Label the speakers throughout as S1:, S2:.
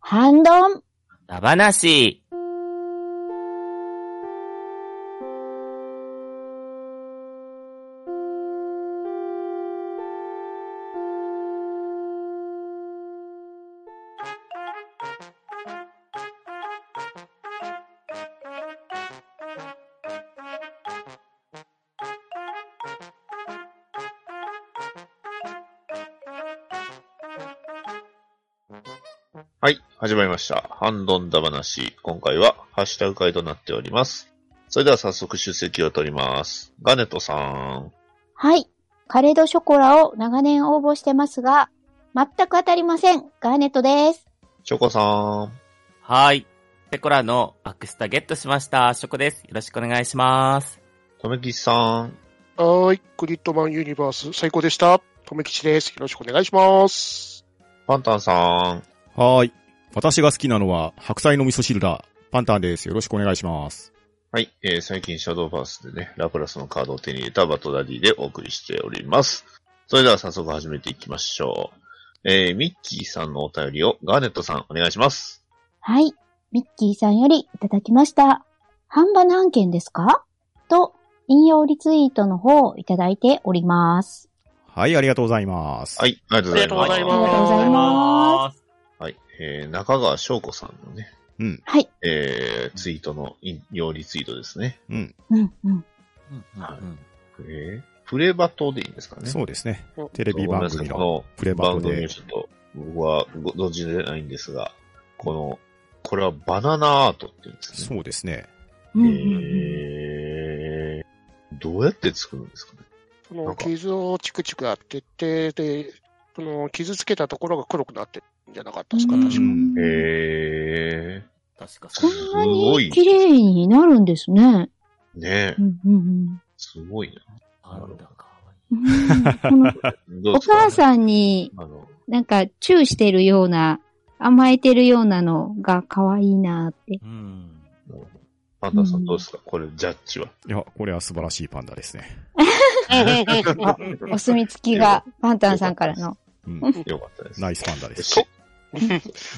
S1: ハンドン、
S2: ダバナシ。
S3: はい、始まりました。ハンドンダ話。今回はハッシュタグ会となっております。それでは早速出席を取ります。ガネットさん。
S1: はい。カレードショコラを長年応募してますが、全く当たりません。ガーネットです。
S3: チョコさん。
S2: はい。ペコラのアクスタゲットしました。ショコです。よろしくお願いします。。
S3: とめきちさん。
S4: はーい。グリッドマンユニバース、最高でした。とめきちです。よろしくお願いします。
S3: パンタンさん。
S5: はーい。私が好きなのは、白菜の味噌汁だ。パンタンです。よろしくお願いします。
S3: はい、えー最近シャドーバースでね、ラクラスのカードを手に入れたバトダディでお送りしております。それでは早速始めていきましょう。えー、ミッキーさんのお便りをガーネットさんお願いします。
S1: はい。ミッキーさんよりいただきました。半端な案件ですかと、引用リツイートの方をいただいております。
S5: はい、ありがとうございます。。
S3: はいい、ありがとうございます。
S4: ありがとう
S1: ざいますあ
S4: ご
S1: りがとうございます
S3: はい、えー、中川翔子さんのね、
S5: うん、
S1: はい。
S3: えー、ツイートの引用リツイートですね。
S5: うん。
S1: うん、うん。
S2: うんうんうん
S3: えー、プレバトでいいんですかね。
S5: そうですね
S4: うん。
S5: テレビ番組の
S3: の
S5: プレバ
S3: 番
S5: ト
S3: 組を
S5: で。
S3: ちょっと、僕はご存じでないんですが、この、これはバナナアートって言うんですね。
S5: そうですね。
S1: うんうんうん
S3: えー、どうやって作るんですかね
S4: そ
S3: なん
S4: の
S3: か
S4: 傷をチクチクやってて、で、その傷つけたところが黒くなってるんじゃなかったですか、
S1: うん
S4: 確か。
S3: え
S2: 確か
S1: こ
S2: そうん
S1: な
S3: すごい
S1: に綺麗になるんですね。
S3: ー、ねえ
S1: う、んうん
S3: すごいな。
S2: なんだかわいい。
S1: うん うんこの
S3: どう
S1: お
S3: ですか
S1: 母さんに
S3: あの、
S1: なんかチューしてるような、甘えてるようなのが可愛いなって。
S2: うん。
S3: パンダさんどうですかこれ、ジャッジは。
S5: いや、これは素晴らしいパンダですね。
S1: お墨付きがパンタンさんからの。
S5: うん。
S3: よかったです。
S5: ナイスパンダで
S3: よ
S5: す
S3: し。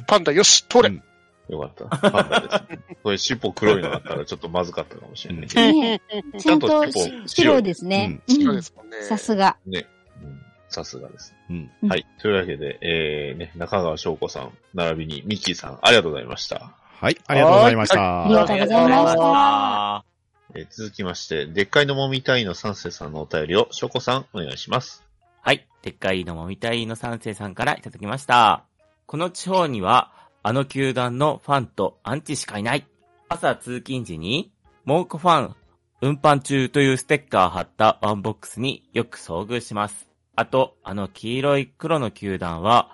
S4: パンダよし、取
S5: う
S4: れ、
S5: ん
S3: よかった。パンダです。これ、尻尾黒いのあったらちょっとまずかったかもしれないけど。
S1: ねちゃんと
S3: ちゃんと
S1: 白ですね。
S4: う
S1: うん
S4: ですもんね。
S1: さすが。
S3: うんさすがです。
S5: うん。
S1: うん
S3: はい。というわけで、えー、ね、中川翔子さん、並びにミッキーさん、ありがとうございました。
S5: はい、ありがとうございまし
S1: ありが
S5: た。
S1: とうございました
S3: えー続きまして、でっかいのもみたいの三世さんのお便りを、翔子さん、お願いします。。
S2: はい。でっかいのもみたいの三世さんからいただきました。この地方には、あの球団のファンとアンチしかいない。朝通勤時に、猛虎ファン、運搬中というステッカー貼ったワンボックスによく遭遇します。あと、あの黄色い黒の球団は、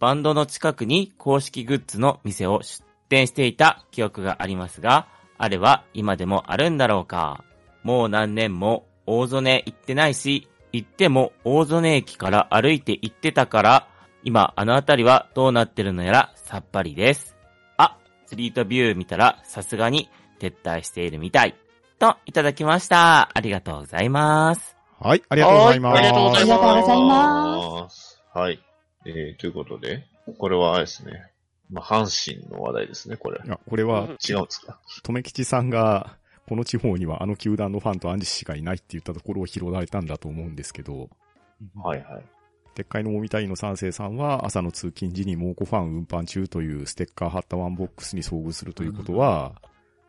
S2: バンドの近くに公式グッズの店を出店していた記憶がありますが、あれは今でもあるんだろうか。もう何年も大曽根行ってないし、行っても大曽根駅から歩いて行ってたから、今あの辺りはどうなってるのやらさっぱりです。あ、スリートビュー見たらさすがに撤退しているみたい。と、いただきました。ありがとうございます。
S5: はい、ありがとうございます。
S4: ありがとうござい
S1: あ
S4: ます
S1: りがとうございます
S3: はい。えー、ということで、これはあれですね。まあ、阪神の話題ですね、これ。
S5: いや、これは、
S3: 違うんですか
S5: とめきちさんが、この地方にはあの球団のファンとアンジしかいないって言ったところを拾われたんだと思うんですけど、
S3: はいはい。
S5: でっかいのもみたいの三世さんは朝の通勤時に猛虎ファン運搬中というステッカー貼ったワンボックスに遭遇するということは、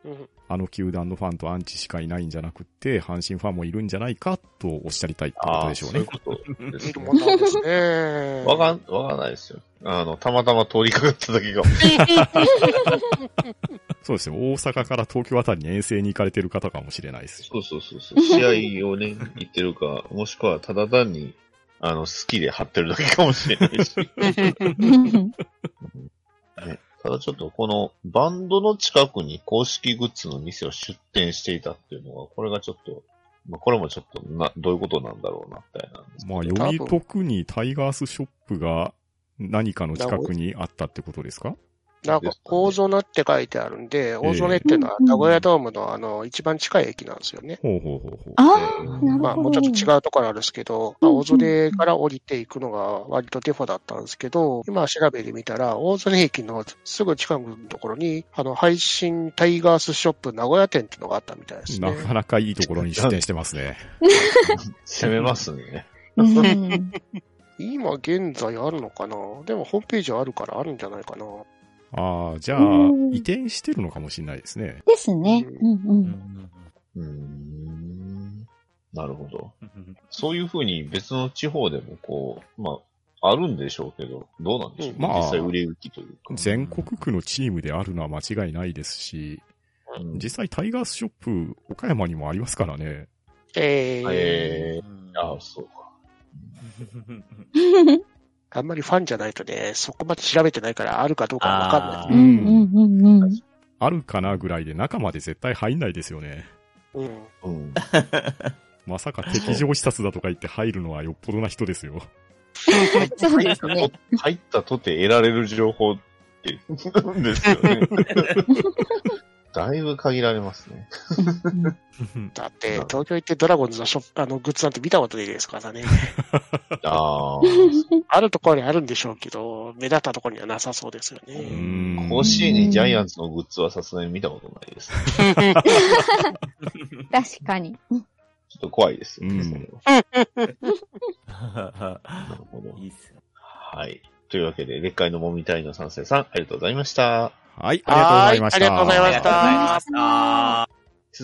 S4: うん
S5: あの球団のファンとアンチしかいないんじゃなくって、阪神ファンもいるんじゃないかとおっしゃりたいってことでしょう
S3: そういう。
S5: ね
S3: ことです
S4: いる
S3: ね
S4: も。んなんですね。
S3: わかん、わかんないですよ。あの、たまたま通りかかっただけかも。
S5: そうですね。大阪から東京あたりに遠征に行かれてる方かもしれないですし。
S3: そうそうそうそう。試合をね、言ってるか、 もしくはただ単に、あの、好きで貼ってるだけかもしれないし。 ただちょっとこのバンドの近くに公式グッズの店を出店していたっていうのは、これがちょっと、まあ、これもちょっとな、どういうことなんだろうな、みたいなんですけど
S5: まあ、より特にタイガースショップが何かの近くにあったってことですか
S4: なんか、大曽根って書いてあるんで、大曽根っていうのは名古屋ドームのあの、一番近い駅なんですよね。
S5: ほうほうほうほう。
S1: ああ、なるほど。
S4: まあ、もうちょっと違うところあるんですけど、まあ、大曽根から降りていくのが割とデフォだったんですけど、今調べてみたら、大曽根駅のすぐ近くのところに、あの、配信タイガースショップ名古屋店っていうのがあったみたいですね
S5: な。かなかいいところに出店してますね。
S3: 攻めますね。
S1: うん。
S4: 今現在あるのかなでもホームページはあるからあるんじゃないかな。
S5: ああ、じゃあ
S1: うん、
S5: 移転してるのかもしれないですね。
S1: ですね。うんう。
S2: うんん
S3: うーん。なるほど。
S2: うん
S3: そういうふうに別の地方でもこう、まあ、あるんでしょうけど、どうなんでしょう、
S4: うん
S5: まあ
S3: 実際売れ行きというか。
S5: 全国区のチームであるのは間違いないですし、
S3: うん
S5: 実際タイガースショップ、岡山にもありますからね。
S4: えー
S3: えー、 ああ、そうか。
S4: あんまりファンじゃないとね、そこまで調べてないからあるかどうかわかんない
S2: あ
S1: うん
S2: ー
S1: うんうんうん。
S5: あるかなぐらいで中まで絶対入んないですよね。
S4: うん。
S3: うん。
S5: まさか敵上視察だとか言って入るのはよっぽどな人ですよ。
S1: そうですね。
S3: 入ったとて得られる情報って、ですよね。 だいぶ限られますね。
S1: うんうん
S4: だって、東京行ってドラゴンズのショップあのグッズなんて見たことないですからね。
S3: ああ、
S4: あるところにあるんでしょうけど、目立ったところにはなさそうですよ
S5: う
S4: ね。
S5: ん
S3: 甲子園にジャイアンツのグッズはさすがに見たことないです。
S1: 確かに。
S3: ちょっと怖いですよね、
S5: うん
S3: それはなるほど。
S2: いいっすね。
S3: はい。というわけで、列界のもみたいの三世さん、ありがとうございました。
S5: はい、ありがとうございま
S4: はいあ
S5: した。
S4: りがとうございま
S2: あり
S4: し
S2: がとうございました。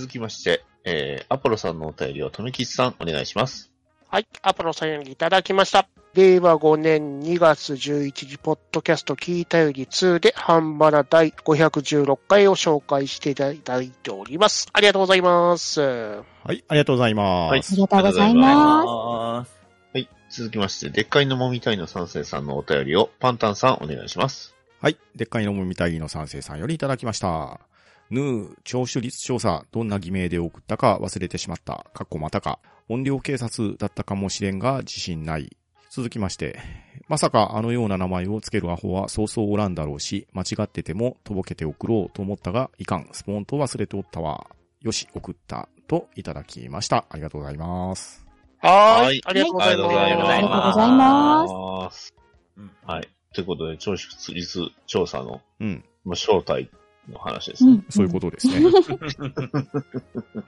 S3: 続きまして、えー、アポロさんのお便りを、とめきちさん、お願いします。
S4: はい、アポロさんよりいただきました。令和5年2月11日、ポッドキャスト聞いたより2で、ハンバラ第516回を紹介していただいております。ありがとうございます。
S5: はい、ありがとうございます。
S1: ありがとうございま
S3: はい。続きまして、列界のもみたいの三世さんのお便りを、パンタンさん、お願いします。
S5: はい。でっかいのもみたいの三世さんよりいただきました。ヌー、聴取率調査、どんな偽名で送ったか忘れてしまった。かっこまたか。音量警察だったかもしれんが、自信ない。続きまして。まさかあのような名前をつけるアホはそうそうおらんだろうし、間違っててもとぼけて送ろうと思ったが、いかん。スポーンと忘れておったわ。よし、送った。といただきました。ありがとうございます。
S4: はーい
S3: はい
S4: ありがとうございます。
S3: ありがとうござ
S1: あり
S3: います
S1: がとうございま
S3: ます。
S2: うん
S3: はい。ということで、聴取率調査の、
S5: うん。
S3: まあ、正体の話です
S1: う
S3: ね。
S1: ん
S5: そういうことです ね。まあ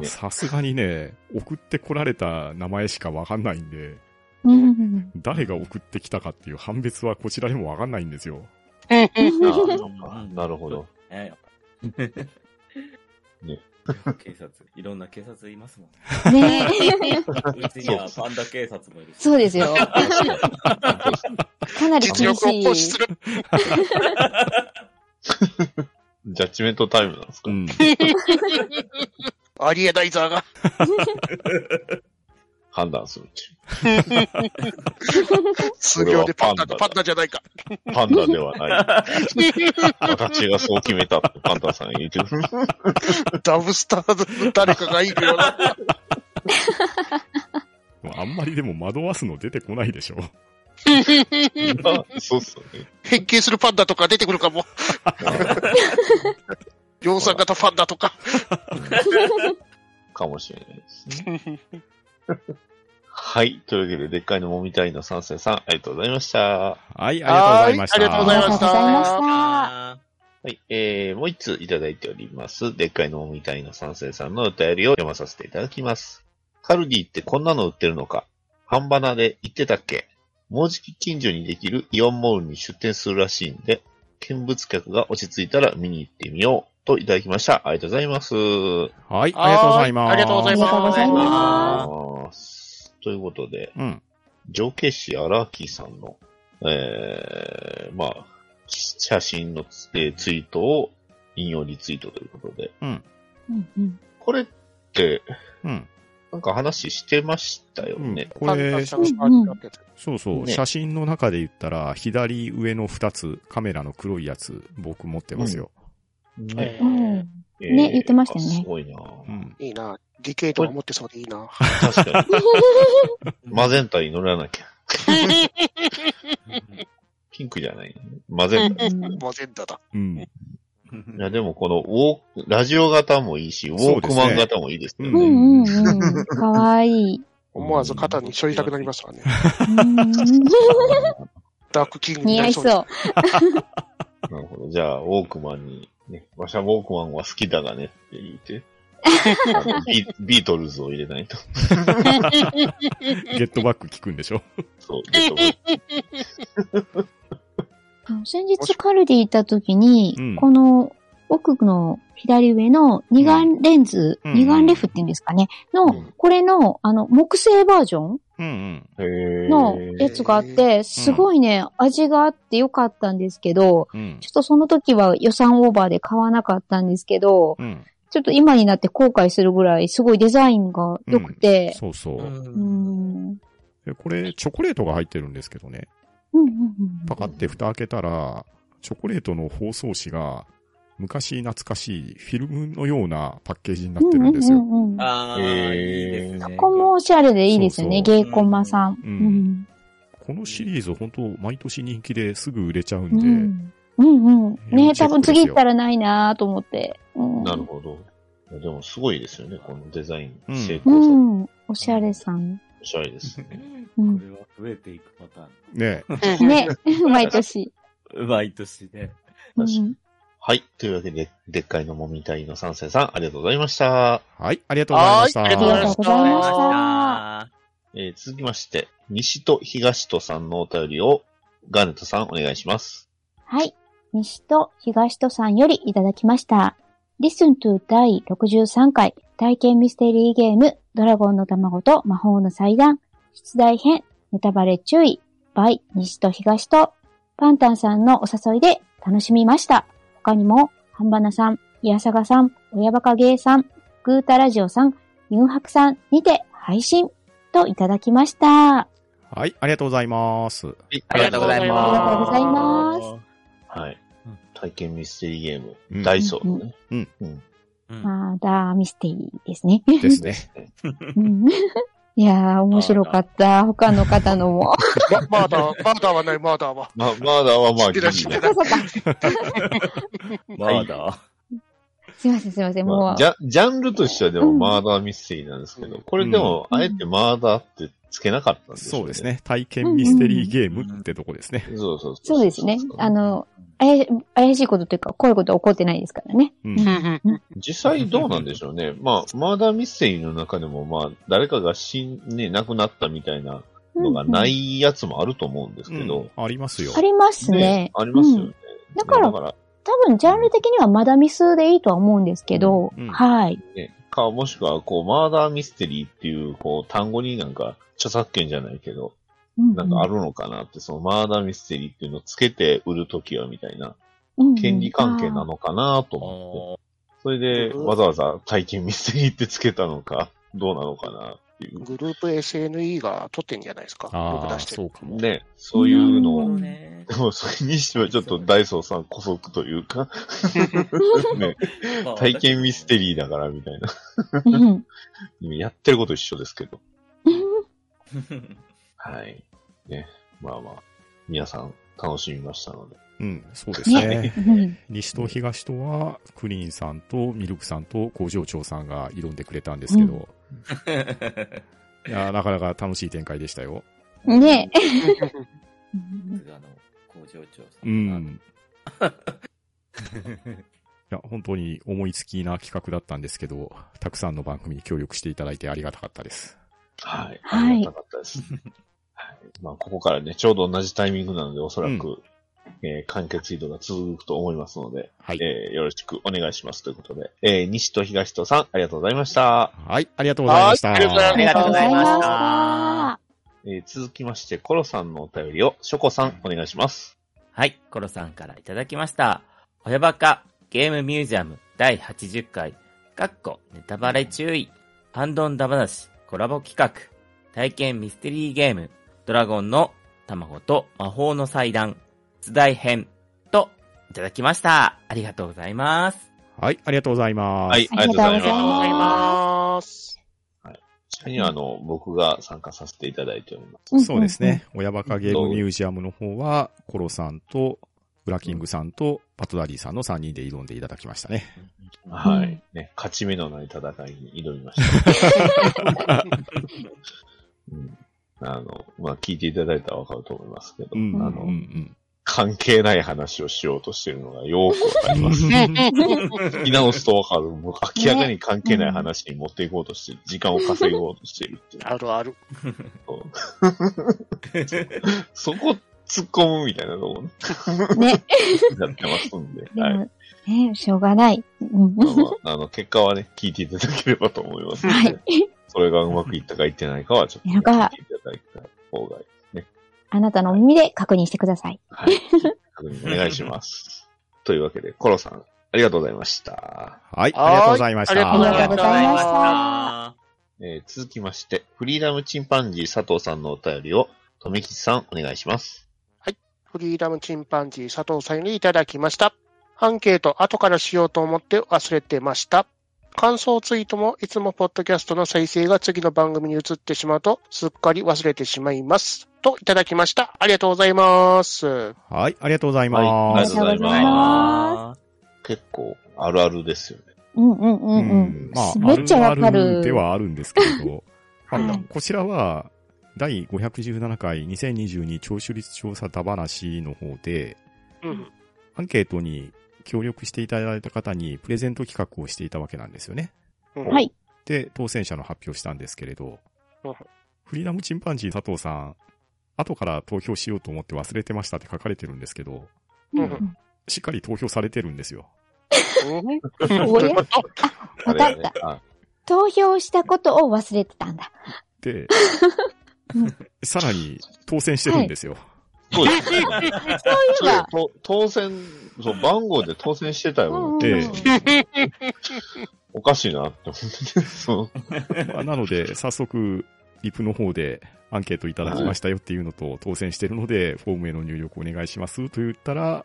S3: ね
S5: さすがにね、送ってこられた名前しかわかんないんで、
S1: うん
S5: 誰が送ってきたかっていう判別はこちらでもわかんないんですよ。
S3: あ
S1: う
S3: ーなるほど。
S2: ね
S3: ね
S2: 警察、いろんな警察いますもん。
S1: んねえ
S2: うちにはパンダ警察もいるし。。
S1: そうですよ。かなり
S4: 実
S1: 厳
S4: 力を
S1: しい
S4: 行使す。る。
S3: ジャッジメントタイムなんですか、
S5: うん。
S4: ありえないぞが。
S3: 判断するうち。
S4: 数秒でパンダとパンダじゃないか。
S3: パンダではない。私がそう決めたってパンダさん言ってくる。
S4: ダブスターズの誰かがいるよな。
S5: あんまりでも惑わすの出てこないでしょ。
S3: まあ、 そうっすよね。
S4: 変形するパンダとか出てく るかも。量産型パンダとか。
S3: かもしれないですね。はい。というわけで、でっかいのもみたいの三世さん、ありがとうございました。
S5: はい、ありがとうございました。
S4: はいありがとうございま
S1: ありがと
S4: した
S1: うございました。
S3: はい。えー、もう一通いただいております。でっかいのもみたいの三世さんのお便りを読まさせていただきます。カルディってこんなの売ってるのか。半端なで言ってたっけもうじき近所にできるイオンモールに出店するらしいんで、見物客が落ち着いたら見に行ってみようといただきました。ありがとうございます。
S5: はい、ありがとうございます。
S4: ありがとうござい
S1: ありがとうご
S4: ま
S1: ざいま
S3: ます。ということで、
S5: うん。
S3: 上慶市荒木さんの、えー、まあ、写真のツ,、えーツイートを引用リツイートということで、
S1: うんうん
S3: これって、
S5: うん。
S3: なんか話してましたよ
S5: うん
S3: ね。
S5: これ、
S4: パンダさんが
S5: そうそう、
S3: ね
S5: 写真の中で言ったら、左上の二つ、カメラの黒いやつ、僕持ってますよ。
S1: う
S4: え
S1: ん。ね言ってましたよね
S3: あすごいな
S5: うん。
S4: ーいいな。ディケイトが持ってそうでいいな。
S3: 確 かに。マゼンタに乗らなきゃ。ピンクじゃない。混ぜんだ。
S1: うん
S4: マゼンダだ。
S5: うん。
S3: いや、でもこのウォーク、ラジオ型もいいし、ウォークマン型もいいですね。
S5: そう
S1: う
S5: ですね
S1: んうんうん。かわいい。
S4: 思わず肩に背負いたくなりますわね。
S1: うんうん
S4: ダークキングに
S1: 似
S4: な
S1: 合
S4: り
S1: い
S4: そ
S1: そう
S4: です。
S1: う。
S3: なるほど。じゃあ、ウォークマンに、ね、わしはウォークマンは好きだがねって 言って、あのビビートルズを入れないと。
S5: ゲットバック聞くんでしょ
S3: そう。ゲットボール
S1: 先日カルディ行った時に、
S5: うん
S1: この奥の左上の二眼レンズ、
S5: うん
S1: 二眼レフっていうんですかね、
S3: う
S1: の、
S3: ん
S1: これの、あの、木製バージョ
S5: うん
S1: ンの
S3: へ
S1: や
S3: ー
S1: つがあって、すごいね、味があってよかったんですけど、
S5: うん。うん
S1: ちょっとその時は予算オーバーで買わなかったんですけど、
S5: うん。
S1: ちょっと今になって後悔するぐらい、すごいデザインが良くて、
S5: そうそうう。
S1: うんん、うん、
S5: でこれ、チョコレートが入ってるんですけどね。
S1: うんうん。
S5: パカって蓋開けたら、チョコレートの包装紙が、昔懐かしいフィルムのようなパッケージになってるんです
S1: う
S5: よ。
S1: んうんうんこ
S2: あー、いいですね。
S1: こもおしゃれでいいですよね、
S5: そう
S1: ゲーコンマさん。
S5: う。
S1: うんん
S5: このシリーズ本当毎年人気ですぐ売れちゃう
S1: うん
S5: で、
S1: んうんうん。
S5: 要
S1: ね
S5: チェ
S1: 多分
S5: ックですよ
S1: 次行ったらないなと思って。うん、
S3: なるほど。いやでも、すごいですよね。このデザイン
S5: うん、
S3: 成功さ、
S1: うん。おしゃれさん。
S3: おしゃれですね。
S1: うん
S2: これは増えていくパタ
S5: ね、
S1: ね 毎年。
S2: ーン。毎年で。
S1: う
S3: 確かに
S1: ん、
S3: はい。というわけで、でっかいのもみたいの三世さん、ありがとうございました。
S5: はい、ありがとうございました。
S4: はいあり
S1: ありがとうございまし
S2: あ
S1: た。
S3: えー続きまして、西と東とさんのお便りを、ガーネットさん、お願いします。
S1: はい。西と東とさんよりいただきました。Listen to 第63回体験ミステリーゲームドラゴンの卵と魔法の祭壇出題編ネタバレ注意 by 西と東とパンタンさんのお誘いで楽しみました。他にも、ハンバナさん、イヤサガさん、親バカゲーさん、グータラジオさん、ユンハクさんにて配信といただきました。
S5: はい、ありがとうございます。
S2: ありがとうござ
S1: あり
S2: います。。
S1: がとうございます
S3: はい
S2: うん。
S3: 体験ミステリーゲーム、
S5: うん
S3: ダイソーのね。
S5: うん
S3: うん。
S2: うん
S1: まだミステリーですね。
S5: ですね。
S1: うん いやー、面白かった。他の方の も。
S4: まマーダー、マーダーはない、マーダーは。
S3: まあ、マーダーはまあ、ギリ
S4: 知っ
S3: ね
S4: てらっしゃる
S2: まあだ。
S1: すいません、すいません。
S3: ま
S1: も
S3: あ
S1: う
S3: ジ、ャジャンルとしてはでも
S1: うん
S3: マーダーミステリーなんですけど、
S4: うん
S3: これでも、
S1: うん
S3: あえてマーダーってつけなかったんですよ
S5: そうです。ね。体験ミステリーゲームってとこですね。
S3: そうそう
S1: そうですね。あの、怪し怪しいことというか、こういうこと起こってないですからね。
S5: う
S1: うん
S5: ん。
S3: 実際どうなんでしょうね。まあ、マーダーミステリーの中でも、まあ、誰かが死ん、ね、亡くなったみたいなのがな
S1: うん
S3: いやつもあると思うんですけど、
S5: うんありますよ
S1: うん。あ。りますね。
S3: ありますよ
S1: う
S3: ね
S1: ん。だから
S3: から
S1: 多分、ジャンル的にはまだミスでいいとは思うんですけど、
S5: うんうん
S1: はい。
S3: ね、か、もしくは、こう、マーダーミステリーっていう、こう、単語になんか、著作権じゃないけど、
S1: うん
S3: なんかあるのかなって、そのマーダーミステリーっていうのをつけて売るときはみたいな、
S1: うん
S3: 権利関係な
S1: の。
S3: のかなと思って、それでわざわざ体験ミステリーってつけたのか、どうなのかなっていう。
S4: グループ SNE が撮ってんじゃないですか。よく
S5: ああ、
S4: 出して
S5: そ
S4: る。
S5: うかも。
S3: ね、そういう
S1: う
S3: のを、
S1: ん
S2: ね
S3: でもそれにしてはちょっとダイソーさん古速とい うか、ね、体験ミステリーだからみたいな。
S1: うん
S3: やってること一緒ですけど。
S1: うん
S2: ー。
S3: はい。ね。まあまあ、皆さん楽しみましたので。
S5: うん、そうですね。
S1: うん
S5: 西と東とは、クリーンさんとミルクさんと工場長さんが挑んでくれたんですけど、いや、なかなか楽しい展開でしたよ。
S1: ね
S2: え。
S1: うん
S2: あの、工場長さ
S5: うんん。いや、本当に思いつきな企画だったんですけど、たくさんの番組に協力していただいてありがたかったです。
S3: はい。
S1: はい
S3: ありがたかったです。はい、まあ、ここからね、ちょうど同じタイミングなので、おそらく、えー完結移動が続くと思いますので、
S5: はい。
S3: えーよろしくお願いしますということで、えー西と東とさん、ありがとうございました。
S5: はい、ありがとうございました。
S4: はいありがとうござ
S2: ありがとうござ
S4: いました
S2: いまし
S1: あ
S2: た。
S3: えー続きまして、コロさんのお便りを、ショコさん、お願いします。
S2: はい、コロさんからいただきました。親バカゲームミュージアム第80回、かっこネタバレ注意、ハンドンダ話コラボ企画、体験ミステリーゲーム、ドラゴンの卵と魔法の祭壇、出題編といただきました。ありがとうございます。
S5: はい、ありがとうございます。
S3: はい、
S1: ありがとうございます
S3: ありがとうございま
S4: ありがとうございます。
S3: す。社には、あの、僕が参加させていただいております。
S1: ん
S5: そうです。ね。親バカゲームミュージアムの方は、コロさんと、ブラキングさんと、パトダリーさんの3人で挑んでいただきましたね。
S3: はい。ね、勝ち目のない戦いに挑みました。うん、あの、まあ、聞いていただいたらわかると思いますけど、
S5: うん、うん、
S3: あ
S5: う
S3: の、
S5: ん。
S3: 関係ない話をしようとしてるのがよくわかり ます。聞き直すとわかる。もう明らかに関係ない話に持っていこうとして、時間を稼ごうとしてるっていう。
S4: あるある。
S3: そこ突っ込むみたいなとこね
S1: ね。
S3: やってますんで。
S1: で
S3: はい。
S1: も、ね、しょうがない。うん
S3: まあまあ、あの、結果はね、聞いていただければと思いますので、
S1: はい。
S3: それがうまくいったかいってないかは、ちょっと、ね、
S1: なんか
S3: 聞いていただいた方が、
S1: あなたの耳で確認してください。
S3: はい。確認お願いします。というわけで、コロさん、ありがとうございました。
S5: はい、ありがとうございました。
S4: ありがとうございまし
S1: あり
S4: た
S1: がとうございました。
S3: えー続きまして、フリーダムチンパンジー佐藤さんのお便りを、とめきちさん、お願いします。
S4: フリーダムチンパンジー佐藤さんよりいただきました。アンケート後からしようと思って忘れてました。感想ツイートもいつもポッドキャストの再生が次の番組に移ってしまうとすっかり忘れてしまいます。といただきました。ありがとうございます。
S5: はい、ありがとうございます。
S3: はいありがとうござ
S1: ありがとう
S3: います
S1: ございま
S3: 結構、あるあるですよね。
S1: うんうんうんうん。
S5: まあ、
S1: めっちゃわか
S5: あるある
S1: る。
S5: ではあるんですけれど、
S1: はい
S5: まあこちらは、第517回2022聴取率調査だ話の方で、
S4: うん。
S5: アンケートに協力していただいた方にプレゼント企画をしていたわけなんですよね。
S4: うん
S1: はい
S5: で、当選者の発表したんですけれど
S4: うん、
S5: フリーダムチンパンジー佐藤さん、後から投票しようと思って忘れてましたって書かれてるんですけど、
S1: うんう
S4: うん
S5: しっかり投票されてるんですよ。
S4: どういうこと
S1: わかった。
S3: た。
S1: 投票したことを忘れてたんだ。
S5: で
S1: うん、
S5: さらに当選してるんですよ。
S3: そうですね。
S1: そういえば、
S3: と当選、そう、番号で当選してたよ。
S1: うんうん
S3: おかしいなって 思って。そう
S5: まあなので、早速、リプの方でアンケートいただきましたよっていうのと、当選してるので、フォームへの入力お願いしますと言ったら、
S1: うん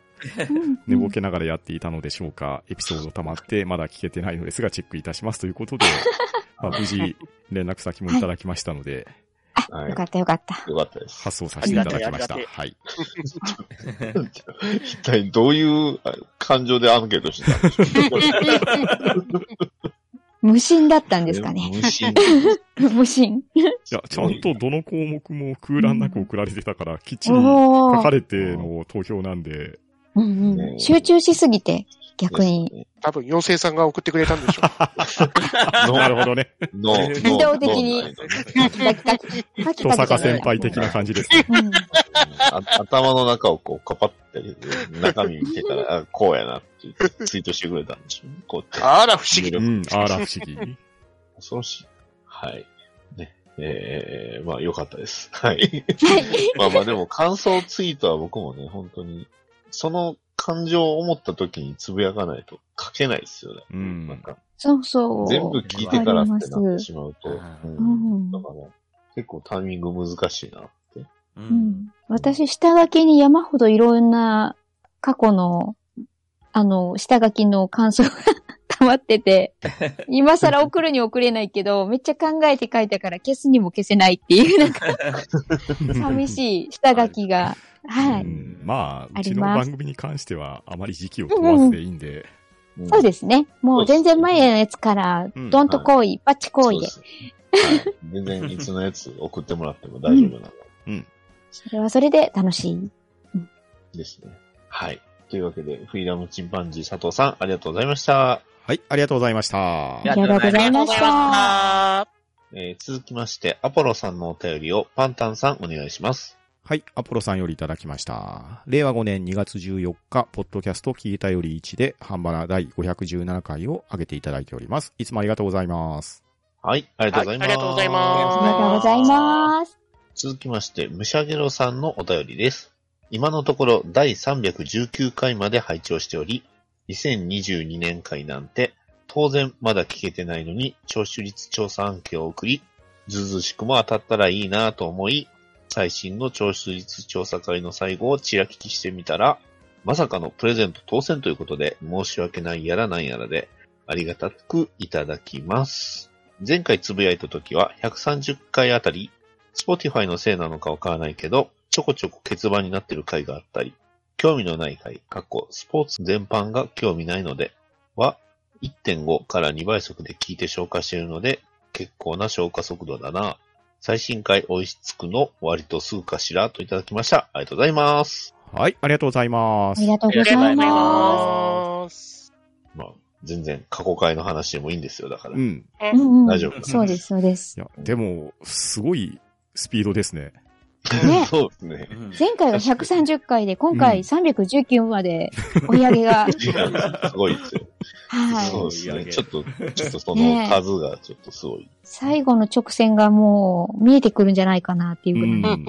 S5: 寝ぼけながらやっていたのでしょうか、エピソード溜まって、まだ聞けてないのですが、チェックいたしますということ で、まあ無事、連絡先もいただきましたので、
S3: は
S1: よ
S3: い
S1: か。ったよかった。
S3: よかったです。
S5: 発送させていただきました。
S4: ありがてえありがてえ
S5: はい。
S3: 一体どういうあ感情でアンケートしてたんでしょうこれ
S1: 無心だったんですかね。
S3: 無心。
S1: 無心。
S5: いや、ちゃんとどの項目も空欄なく送られてたから、きっちり書
S1: お
S5: か
S1: ー。
S5: れての投票なんで、
S1: うんうん集中しすぎて、逆に。
S4: 多分妖精さんが送ってくれたんでしょ う。
S5: なるほどね。
S3: の、の
S1: 自動的に
S3: の
S1: カキカキカキ。カキ
S5: 戸
S1: カキじゃ
S5: 坂
S1: ない
S5: 先輩的な感じですね。
S1: うん
S3: あ頭の中をこう、かぱって、中身見てたら、あこうやなって言ってツイートしてくれたんでしょうねこう、
S4: あら、不思議。
S5: うん、あら不思議。
S3: 恐ろしい。はい。ね。えー、まあ、よかったです。はい。 まあまあ、でも、感想ツイートは僕もね、本当に、その感情を思った時につぶやかないと書けないですよね。
S5: うん
S3: なんか、
S1: そうそう。
S3: 全部聞いてからってなってしまうと、
S2: わかります
S3: うん
S1: うん
S3: だから、結構タイミング難しいなって。
S2: う。
S1: うんん私、下書きに山ほどいろんな過去の、あの、下書きの感想が 溜まってて、 今更送るに送れないけど、めっちゃ考えて書いたから消すにも消せないっていう、なんか寂
S5: い。
S1: しい下書きが。は
S5: う
S1: い。
S5: んまあ、
S1: あ
S5: うち
S1: り
S5: の
S1: ます
S5: 番組に関しては、あまり時期を問わずでいいんで、
S3: うん
S1: そうですね。もう全然前のやつから、
S5: うん
S1: ドンと行為、バッチ行為で。
S3: そうですはい全然いつのやつ送ってもらっても大丈夫なの
S1: それはそれで楽しい。
S3: ですね。はい。というわけで、フリーダムチンパンジー佐藤さん、ありがとうございました。
S5: はい、ありがとうございました。
S1: りがとうございました
S3: えー続きまして、アポロさんのお便りをパンタンさんお願いします。
S5: はい、アポロさんよりいただきました。令和5年2月14日、ポッドキャスト聞いたより1で、ハンバラ第517回を上げていただいております。いつもありがとうございます。
S3: はい、ありがとうございます。
S4: はいありがとうござい
S1: あ
S4: ま
S1: りがとうございます。
S3: 続きまして、ムシャゲロさんのお便りです。今のところ第319回まで拝聴しており、2022年回なんて、当然まだ聞けてないのに、聴取率調査案件を送り、ずうずうしくも当たったらいいなと思い、最新の聴取率調査会の最後をちら聞きしてみたら、まさかのプレゼント当選ということで、申し訳ないやらなんやらで、ありがたくいただきます。前回つぶやいた時は130回あたり、Spotify のせいなのかわからないけど、ちょこちょこ欠番になってる回があったり、興味のない回、かっこスポーツ全般が興味ないので、は1.5から2倍速で聞いて消化しているので、結構な消化速度だな。最新回追いつくの割とすぐかしらといただきました。ありがとうございます。
S5: はい、ありがとうございま
S1: あ
S5: す
S1: り。がとうござ
S2: あ
S1: い
S2: りがとうござい
S1: ま
S4: ます。
S3: まあ、全然過去回の話でもいいんですよ、だ から。
S5: うん。
S1: す。うんうん、
S3: 大丈夫
S1: そうです、そうです
S5: い。や、でも、すごいスピードですね。
S1: ね
S3: そうですね。
S2: うん
S1: 前回が130回で、今
S5: うん
S1: 回319まで追い上げ が、
S3: 時間がすごいですよ。
S1: はい。
S3: そうですね。ちょっと、ちょっとその数がちょっとすごい。
S1: 最後の直線がもう見えてくるんじゃないかなっていううぐらい。
S5: ん。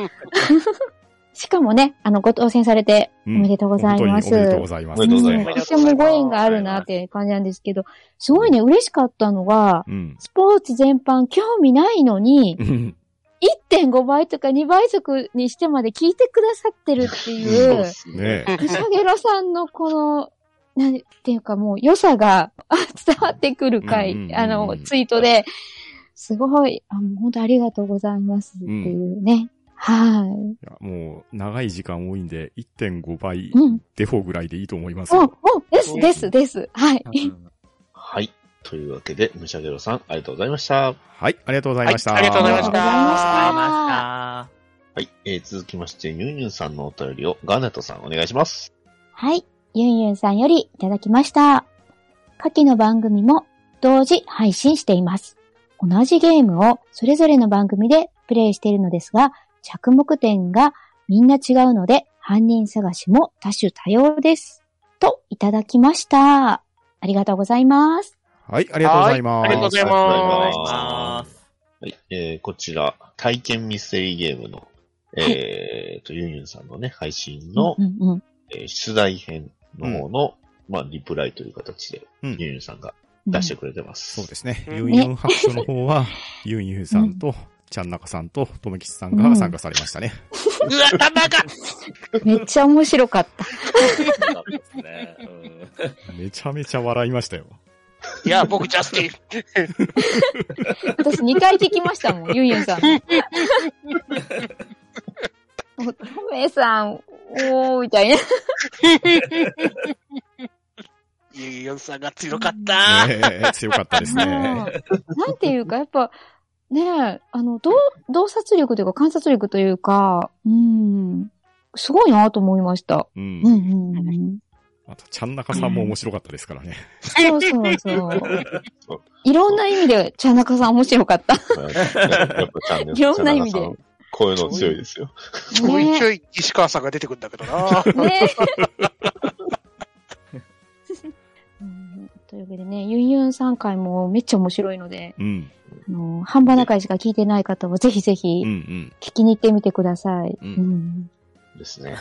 S1: しかもね、あの、ご当選されておめでとうございます。
S5: 本当におめでとうございます。
S3: おめでとうございます
S1: んとてもご縁があるなっていう感じなんですけど、すごいね、嬉しかったのが、
S5: うん。
S1: スポーツ全般興味ないのに
S5: う、ん。
S1: 1.5倍とか2倍速にしてまで聞いてくださってるって
S3: そう
S1: い
S3: で
S1: う、
S3: すね。
S5: ねえ。
S1: うさげろさんのこの、なんていうかもう良さが あ伝わってくる
S5: うんうんうんう
S1: 回、
S5: ん
S1: あの、ツイートで、すごい、あもう本当ありがとうございますっていうね。はい。
S5: いやもう、長い時間多いんで、1.5倍
S1: うん。
S5: デフォぐらいでいいと思います
S1: お、
S5: よ。
S1: お、です、です、です。はい。
S3: はい。というわけで、むしゃげろさん、ありがとうございました。
S5: はい、ありがとうございました。
S4: はいありがとうございま
S1: ありが
S2: ありがとうござい
S4: した
S1: とうございました
S2: まし
S3: はい。えー、続きまして、ニューニューさんのお便りをガーネットさん、お願いします。
S1: はい。ユンユンさんよりいただきました。下記の番組も同時配信しています。同じゲームをそれぞれの番組でプレイしているのですが、着目点がみんな違うので、犯人探しも多種多様です。と、いただきました。ありがとうございます。
S5: はい、ありがとうございます。
S4: ありがとうござい
S2: た。
S3: あ
S2: お願い
S4: ま
S2: し
S4: す。
S2: ます。
S3: はい。えー、こちら、体験ミステリーゲームの、えー、と、ユンユンさんのね、配信の
S1: う、んうんうん。
S3: えー出題編の方の、まあ、リプライという形で、
S5: うん
S3: ユンユンさんが出してくれてます。
S5: そうですね。
S4: うん
S5: ユンユン白書の方は、ユンユンさんと、ちゃんなかさんと、とめきちさんが参加されましたね。
S4: うわ、玉が
S1: めっちゃ面白かった。
S2: そうですねうん
S5: めちゃめちゃ笑いましたよ。
S4: いや、僕、ジャスティン。
S1: 私2回聞きましたもん、ユンユン さん。もうトメさん、おー、みたいな。
S4: ユイヨンさんが強かった。
S5: ねえ強かったですね。
S1: うんなんていうか、やっぱ、ねえ、あの、洞洞察力というか観察力というか、うん、すごいなと思いました。
S5: う
S1: うん
S5: ん。
S1: うんうん。
S5: あと、ちゃんなかさんも面白かったですからね。
S1: そうそう そう。いろんな意味で、茶中さん面白かった。
S3: やっぱやっぱチャンネル
S1: いろんな意味で。
S3: こういうの強いですよ。
S4: ちょいちょい石川さんが出てくるんだ けどな。
S1: ねえうんというわけでね、ユンユン3回もめっちゃ面白いので、
S5: うん。
S1: あの、半端な回しか聞いてない方はぜひぜひ
S5: うんうん。
S1: 聞きに行ってみてください。
S5: う
S1: うんん。
S3: ですね。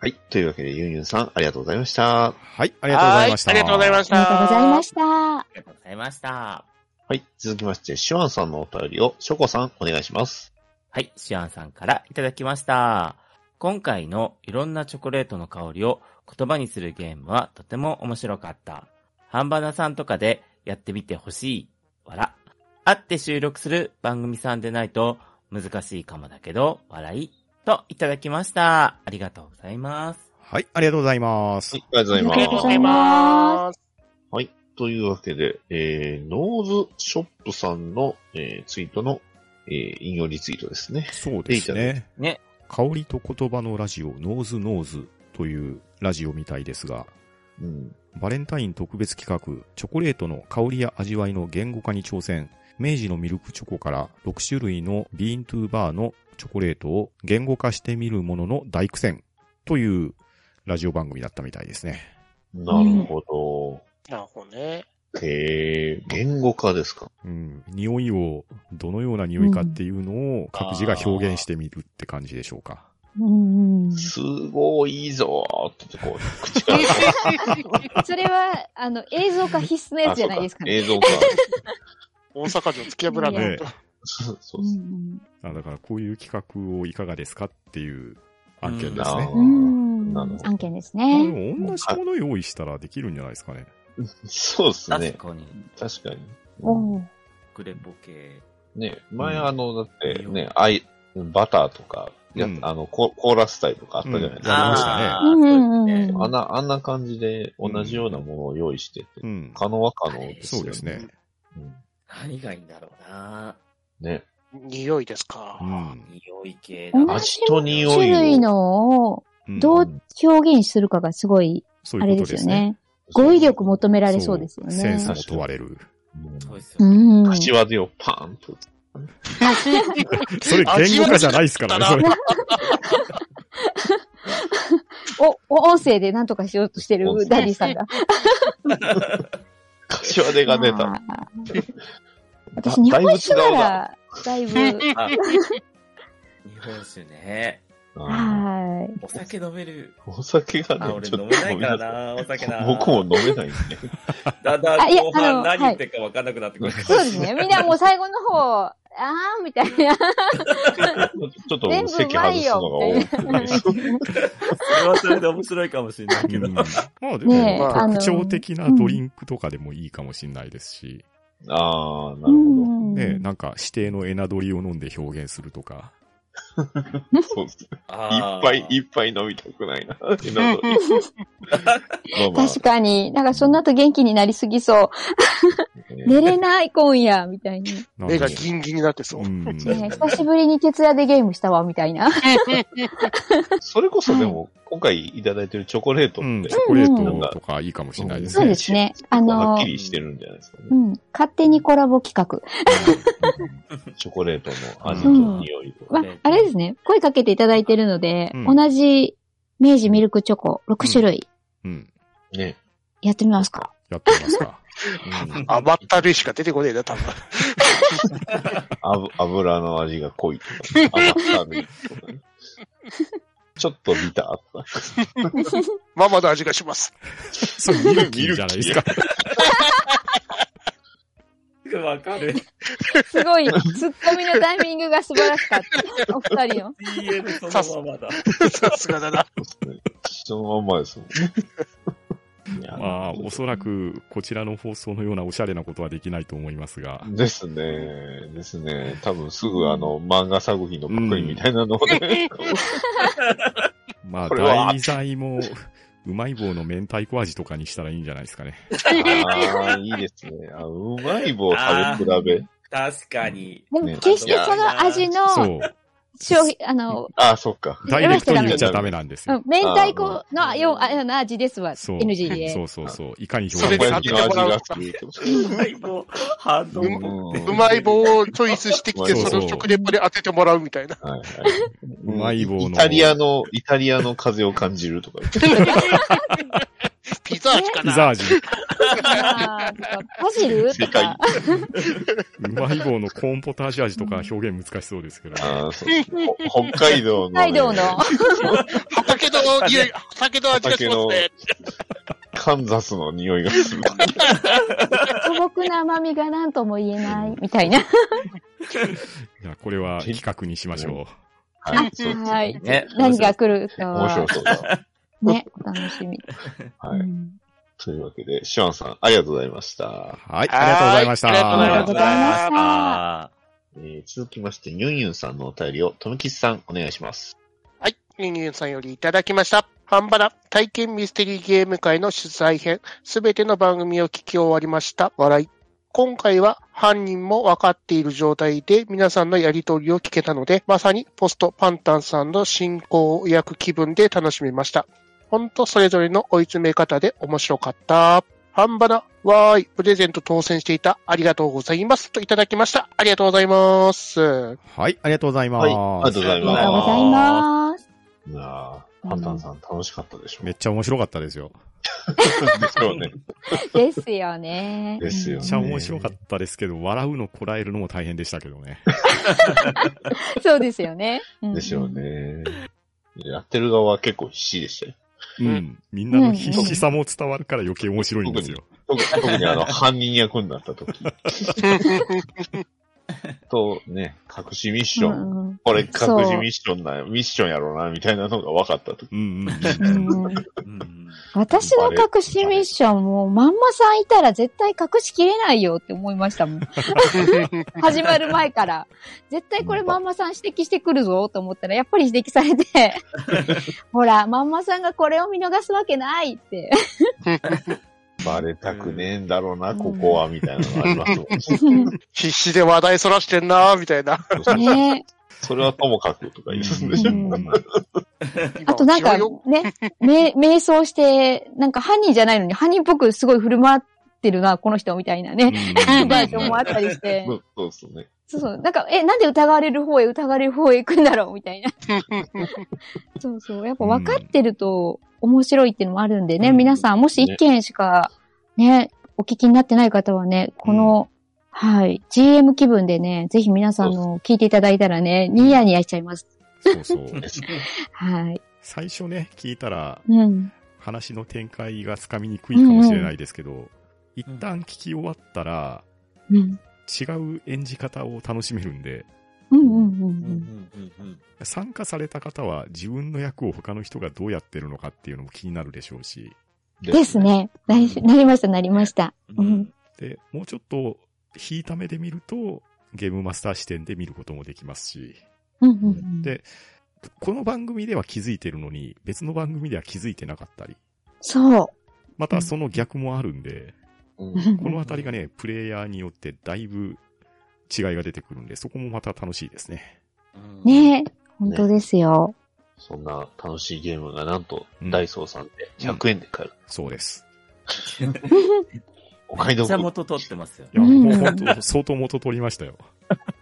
S3: はい。というわけで、ユンユンさん、ありがとうございました。
S5: はい、ありがとうございました。
S4: はいありがとうございまし
S1: あり
S4: た。。
S1: がとうございました。
S2: ありがとうございました。
S3: はい。続きまして、シュワンさんのお便りを、ショコさん、お願いします。
S2: はい、シアンさんからいただきました。今回のいろんなチョコレートの香りを言葉にするゲームはとても面白かった。ハンバナさんとかでやってみてほしい。笑。会って収録する番組さんでないと難しいかもだけど、笑い。といただきました。ありがとうございます。
S5: はい、ありがとうございます
S3: はい。。ありがとう
S1: あ
S3: ござ
S1: り
S3: い
S1: がとうご
S3: ま
S1: ざ
S3: す
S1: い。ます
S3: はい。というわけで、えー、ノーズショップさんの、えーツイートの、えー引用リツイートですね。
S5: そうですね。
S2: ね。
S5: 香りと言葉のラジオ、ノーズノーズというラジオみたいですが、
S3: うん。
S5: バレンタイン特別企画、チョコレートの香りや味わいの言語化に挑戦。明治のミルクチョコから6種類のビーントゥーバーのチョコレートを言語化してみるものの大苦戦というラジオ番組だったみたいですね。
S3: なるほ
S4: なるほどね。
S3: ど。えー、言語化ですか。
S5: うん。匂いを、どのような匂いかっていうのを各自が表現してみるって感じでしょうか。
S1: うんうん。
S3: すごいぞーって、こう、口から。
S1: それは、あの、映像化必須のやつじゃないですかね。
S3: あそうか映像化。
S4: 大阪城突き破らないと。
S3: そうそうう。
S1: ん
S5: あだからこういう企画をいかがですかっていう案件です
S3: な
S5: ね
S3: あ。
S1: うん。
S3: な
S1: う
S3: るほ
S1: ん
S3: ど
S1: 案件です
S5: まあ
S1: ね。
S5: でも同じもの用意したらできるんじゃないですかね。
S3: そうです
S2: 確
S3: ね。
S2: かに。
S3: 確かに。
S1: おう
S2: 食レポ系。
S3: ね、前、あの、だって
S2: いい
S3: ね
S2: よ、
S3: アイ、バターとか、や
S5: うん
S3: あのコ、コーラスタイとかあったじゃないです
S5: やりまし
S3: か。
S5: たね
S2: あ
S1: うん
S2: ーそう
S1: うんうん
S2: ですね
S1: うん
S3: あんな、あんな感じで同じようなものを用意してて、
S5: うん。
S3: 可能は可能です
S5: そ
S3: よね。
S5: うですね。
S3: うん。
S2: 何がいいんだろうな
S3: ね。
S4: 匂いですか。
S5: うん。
S2: 匂い系だ
S1: 同
S2: な。
S1: じ
S3: 味と匂いを
S1: 種類のを
S5: うん
S1: どう表現するかがすごい、
S5: そう
S1: あ
S5: いう
S1: れ
S5: こ
S1: で
S5: と
S1: すよ
S5: ですね。
S1: ね。語彙力求められそうですよ
S5: セン
S1: ね
S5: ス。も問われる。
S3: うん
S2: そうです
S1: う
S2: よね。
S1: ん。
S3: 柏でをパーンと。
S5: それ言語化じゃないですからね、それ。
S1: お、お音声で何とかしようとしてる
S3: 音声
S1: ダディさんが。
S3: 柏でが出
S1: ま
S3: た。
S1: あ私、日本酒なら、だいぶ、
S2: あ日本酒ね。
S3: うん
S1: は
S2: お酒飲める。
S3: お酒が
S2: あ、
S3: ね、
S2: 俺
S3: ち
S2: 飲
S3: ょ
S2: め
S3: っと
S2: ない
S3: 飲み
S2: から
S3: なさい。
S2: な、お酒な。
S3: 僕も飲めないん で。
S2: だんだ
S1: あいや
S2: ん後
S1: あ
S2: 半
S1: の
S2: 何言ってるか分かんなくなってくる。
S1: い。そうですね。みんなもう最後の方、あーみたいな。
S3: ちょっと席外すのが多くないですか
S2: それはそれで面白いかもしれないけ
S5: う
S2: ど。
S5: ん
S2: ま
S5: まあで
S1: ね
S4: え
S5: も、
S1: あの
S5: 特徴的なドリンクとかでもいいかもしれないですし、
S3: あ
S1: う
S3: あ、なるほど。
S1: んうん
S5: ねえなんか指定のエナドリを飲んで表現するとか。
S3: そうですね。い
S2: あ
S3: っ
S2: ー
S3: ぱいいっぱい飲みたくな いな。今のまあまあ
S1: 確かに。なんかその後元気になりすぎそう。寝れない今夜、みたいに。ね
S5: なん
S4: 目
S5: で
S4: がギンギンになってそう
S5: う。ん。
S1: 久しぶりに徹夜でゲームしたわ、みたいな。
S3: それこそでも、今回いただいてるチョコレート
S5: う
S3: っ
S5: ん、
S3: て
S5: チョ、コレートとかいいかもしれないです
S1: そう
S5: ね。
S1: ですね。あ
S3: は
S1: の
S3: っき、りしてるんじゃないですか
S1: う
S3: ね。
S1: ん。勝手にコラボ企画。
S3: チョコレートの味と匂いと。
S1: まあ、あれですね。声かけていただいてるので、
S5: うん
S1: 同じ明治ミルクチョコ6種類
S5: うん。
S3: ね。
S1: やってみますか。
S5: やってみます か。
S3: うん
S4: あばったるいしか出てこねえな、多分。
S3: あぶ油の味が濃いとか。甘ったるいとかねちょっとビターとか。
S4: ママの味がします。
S5: それミルキーじゃないですか。
S2: ね。わかる。
S1: すごい、ツッコミのタイミングが素晴らしか った。お二人の。
S2: DM そのままだ。
S4: さすがだ な。
S3: そのまんまですもんね。いや
S5: まあ、おそらく、こちらの放送のようなおしゃれなことはできないと思いますが。
S3: ですね。ですね。多分すぐあの、漫画作品のパクリみたいなの で、
S5: まあ、
S3: これは
S5: 題材も、うまい棒の明太子味とかにしたらいいんじゃないですかね。
S3: ああ、いいですね。あうまい棒食べ比べ。
S2: 確かに。
S1: でも、決してその味の
S5: そう。
S1: 商品、あの、
S3: ああ、そっか。
S5: ダイレクトに言っちゃダメなんです
S1: うん
S5: よ。
S1: 明太子
S2: あ
S1: の
S2: ー
S1: ようあような味ですわ。
S5: そう。
S1: NG で
S5: そ。うそうそう。いかに
S3: そ
S5: 表
S3: れ
S5: 現
S3: で
S5: す
S3: の
S5: る
S3: 味
S5: か。
S3: が好き。
S2: うまい棒、反応も
S3: う
S4: うまい棒
S2: は
S4: をチョイスしてきて、
S3: そう
S5: そう
S4: その食レポで当ててもらうみたいな。
S3: はいはい。
S5: うまい棒の
S3: イタリアの、イタリアの風を感じるとか。
S4: ピザ味か
S5: ピ
S4: な。
S5: ザ味。
S1: あーとかパジル
S3: 世
S1: と
S3: 界
S1: か。
S5: うまい棒のコーンポタージュ味とか表現難しそうですけどね。
S3: ああ、そう。ほ北海道の、
S1: 北海道の。
S4: 畑の匂い、畑の味がしますね。
S3: カンザスの匂いがする。
S1: 素朴な甘みが何とも言えない、 みたいな。
S5: じゃあ、これは企画にしましょ
S3: はい、そうです
S1: は
S3: ね。
S1: い。
S2: ね
S1: 何が来るか
S3: 面
S1: は
S3: 白、そうだ。
S1: ね、お楽し み。
S3: は
S1: う
S3: い。
S1: ん
S3: というわけで、シュアンさん、ありがとうございまし
S5: う。
S3: た。
S5: はい、ありがとうございました。
S4: ありがとうご
S1: あり
S4: ざいました
S1: がとうございました。
S3: えー続きまして、ニュンユンさんのお便りを、とむきちさん、お願いします。
S4: はい。ニューニューさんよりいただきました。ハンバラ体験ミステリーゲーム会の取材編。すべての番組を聞き終わりました。笑い。今回は犯人も分かっている状態で皆さんのやりとりを聞けたので、まさにポストパンタンさんの進行を焼く気分で楽しみました。ほんとそれぞれの追い詰め方で面白かった。ハンバラわーい、プレゼント当選していた。ありがとうございます。といただきました。ありがとうございます。
S5: はい、ありがとうござい
S3: はい、あ
S5: ま
S3: りがと
S5: す
S3: う。ござ
S1: あ
S3: い
S1: りがとう
S3: ま
S1: ございます。
S3: す。いやーパンタンさん、楽しかったでしょう
S5: めっちゃ面白かったですよ。
S3: でしょうね。
S1: ですよね。
S3: ですよ
S5: め
S3: ね
S5: っちゃ面白かったですけど、笑うのこらえるのも大変でしたけどね。
S1: そうですよね。
S3: でしょう
S1: うん。
S3: ね。やってる側は結構必死でしたよ。
S5: うん。みんなの必死さも伝わるから余 計面白いんですよ。
S3: 特特にあの、犯人役になった時。とね、隠しミッション。
S1: うんうん
S3: これ隠
S1: そう
S3: しミッションな、ミッションやろうな、みたいなのが分かったと。
S5: うんうんうん。
S1: うん
S2: うん。
S1: 私の隠しミッションも、まんまさんいたら絶対隠しきれないよって思いましたもん。始まる前から。絶対これまんまさん指摘してくるぞと思ったら、やっぱり指摘されて、ほら、まんまさんがこれを見逃すわけないって。
S3: バレたくねえんだろうな、ここは、みたいなのがありますもん。
S4: 必死で話題そらしてんなーみたいな。
S1: ね
S3: それはともかくとか言うんでしょ。
S1: うんあとなんかね、め瞑想して、なんか犯人じゃないのに犯人っぽくすごい振る舞ってるな、この人みたいなね。 みたいなのもあったりして。
S3: そうそうですね。
S1: そうそう。なんか、え、なんで疑われる方へ疑われる方へ行くんだろうみたいな。そうそう。やっぱ分かってると面白いっていうのもあるんでね。
S3: うん
S1: 皆さん、もし一件しかね、お聞きになってない方はね、この、はい、GM 気分でね、ぜひ皆さんの聞いていただいたらね、ニヤニヤしちゃいます。
S5: そうそう。
S1: はい。
S5: 最初ね、聞いたら、
S1: うん。
S5: 話の展開がつかみにくいかもしれないですけど、一旦聞き終わったら、
S1: うん。
S5: 違う演じ方を楽しめるんで、
S1: うんうんう
S2: うんうん
S1: ん
S2: うんうん
S5: 参加された方は自分の役を他の人がどうやってるのかっていうのも気になるでしょうし、
S1: うん。です。ね。なりなりました、なりました。
S2: う
S1: うんん。
S5: で、もうちょっと引いた目で見ると、ゲームマスター視点で見ることもできますし、
S1: うんうんうん。
S5: でこの番組では気づいてるのに、別の番組では気づいてなかったり、
S1: そう。
S5: またその逆もあるんで、
S3: うん
S5: このあたりがね、プレイヤーによってだいぶ違いが出てくるんで、そこもまた楽しいですね。
S2: うん
S1: ね本当ですよ。
S3: そんな楽しいゲームがなんと、ダイソーさんで100円で買える。
S5: そうです。
S3: お買い
S2: めっ
S3: 得
S2: ちゃ。元取ってますよ
S5: いや、
S1: う
S5: も
S1: ん
S5: う本 当、相当元取りましたよ。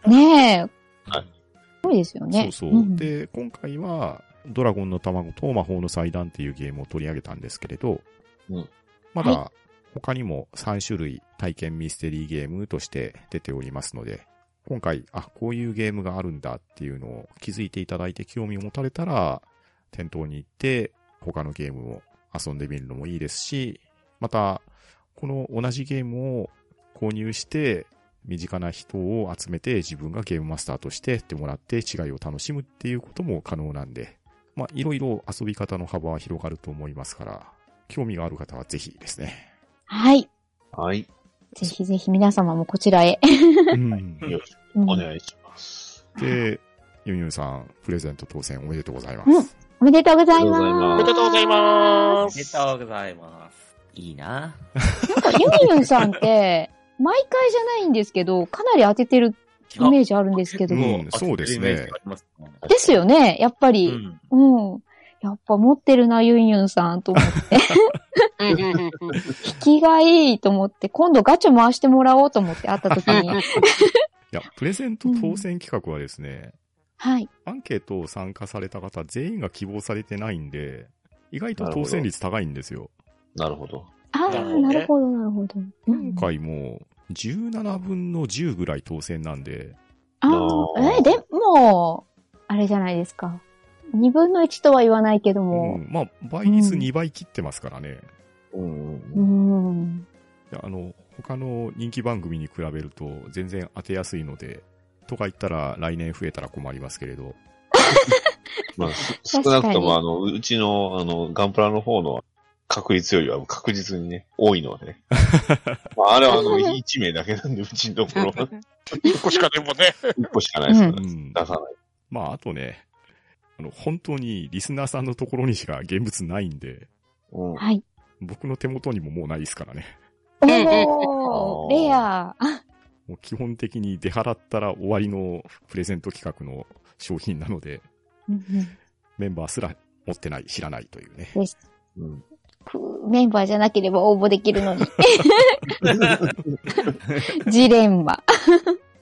S1: ねえ。
S3: はい
S1: すごいですよね。
S5: そうそう。
S1: ん
S5: で、今回は、ドラゴンの卵と魔法の祭壇っていうゲームを取り上げたんですけれど、
S3: うん
S5: まだ他にも3種類体験ミステリーゲームとして出ておりますので、今回、あ、こういうゲームがあるんだっていうのを気づいていただいて興味を持たれたら、店頭に行って他のゲームを遊んでみるのもいいですし、また、この同じゲームを購入して、身近な人を集めて自分がゲームマスターとしてやってもらって違いを楽しむっていうことも可能なんで、まあ、いろいろ遊び方の幅は広がると思いますから、興味がある方はぜひですね。
S1: はい。
S3: はい。
S1: ぜひぜひ皆様もこちらへ。
S5: うん
S3: よろしく
S1: うん
S3: お願いします。
S5: で、ユンユンさん、プレゼント当選おめでとうございま
S1: うん
S5: す。
S1: おめでとうございます。
S3: お
S4: おめでとうございま。
S2: おめですとうございます。いいな。
S1: なんかユンユンさんって、毎回じゃないんですけど、かなり当ててるイメージあるんですけど。
S5: うんそうですね
S1: ですよね、やっぱ
S2: う
S1: り。
S2: ん。
S1: うん。やっぱ持ってるな、ユンユンさんと思って。
S4: うんうんうんうん
S1: 引きがいいと思って、今度ガチャ回してもらおうと思って会った時に。
S5: いや、プレゼント当選企画はですね、
S1: はい。
S5: アンケートを参加された方全員が希望されてないんで、意外と当選率高いんですよ。
S3: なるほど。
S1: あ
S4: な
S1: あ、
S4: るほどね
S1: なるほど、なるほど。うん
S5: 今回も17分の10ぐらい当選なんで、
S1: あ
S3: あ
S1: あ、
S3: ー
S1: えー、でも、あれじゃないですか。二分の一とは言わないけど
S5: う
S1: も。
S5: ん、まあ、倍率2倍切ってますからね。
S3: うん
S1: う。ん。
S5: いやあの、他の人気番組に比べると全然当てやすいので、とか言ったら来年増えたら困りますけれど。
S3: まあ、す
S1: 確
S3: 少
S1: かに
S3: なくとも、あの、うちの、あの、ガンプラの方の確率よりは確実にね、多いのはね。 まあ、あれはあの、1名だけなんで、うちのところ は
S4: 一個しかでもね。
S3: 1個しかないですから、
S5: う
S3: 出
S5: ん。
S3: さない。
S5: まあ、あとね、あの、本当にリスナーさんのところにしか 現物ないんで、
S3: うん。
S1: はい。
S5: 僕の手元にももうないですからね。
S1: おー、
S3: うんうん
S1: レア。
S5: もう基本的に出払ったら終わりのプレゼント企画の商品なので、メンバーすら持ってない、知らないというね。
S3: うん。
S1: くメンバーじゃなければ応募できるのに。ジレンマ。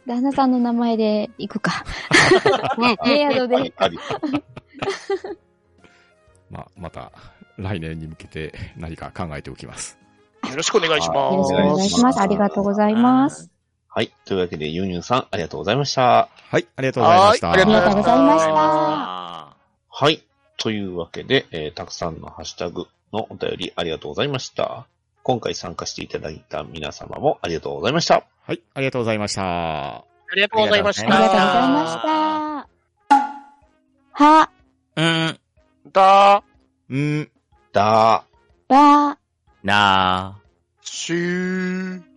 S1: 旦那さんの名前で行くか。レア度
S3: あり
S1: で。
S3: あり。
S5: まあ、また、来年に向けて何か考えておきます。
S4: よろしくお願いし
S1: よろ
S4: ま
S1: し
S4: す
S1: くお。願いします。ありがとうございます。
S3: はい。というわけで、ユンユンさん、ありがとうございました。
S5: はい、ありがとうございま
S4: は
S5: し
S4: い、
S5: た。
S4: ありがとうございまし。
S1: ありがとうございましたた
S2: あ
S3: はい。というわけで、えーたくさんのハッシュタグのお便りありがとうございました。今回参加していただいた皆様もありがとうございました。
S5: はい、ありがとうございました。
S4: ありがとうございまし
S1: あ
S4: た。
S1: りがとうございました。は、
S2: うーん、
S4: だ、
S5: うん。
S3: だ
S1: ば、
S2: なー。
S4: しゅー。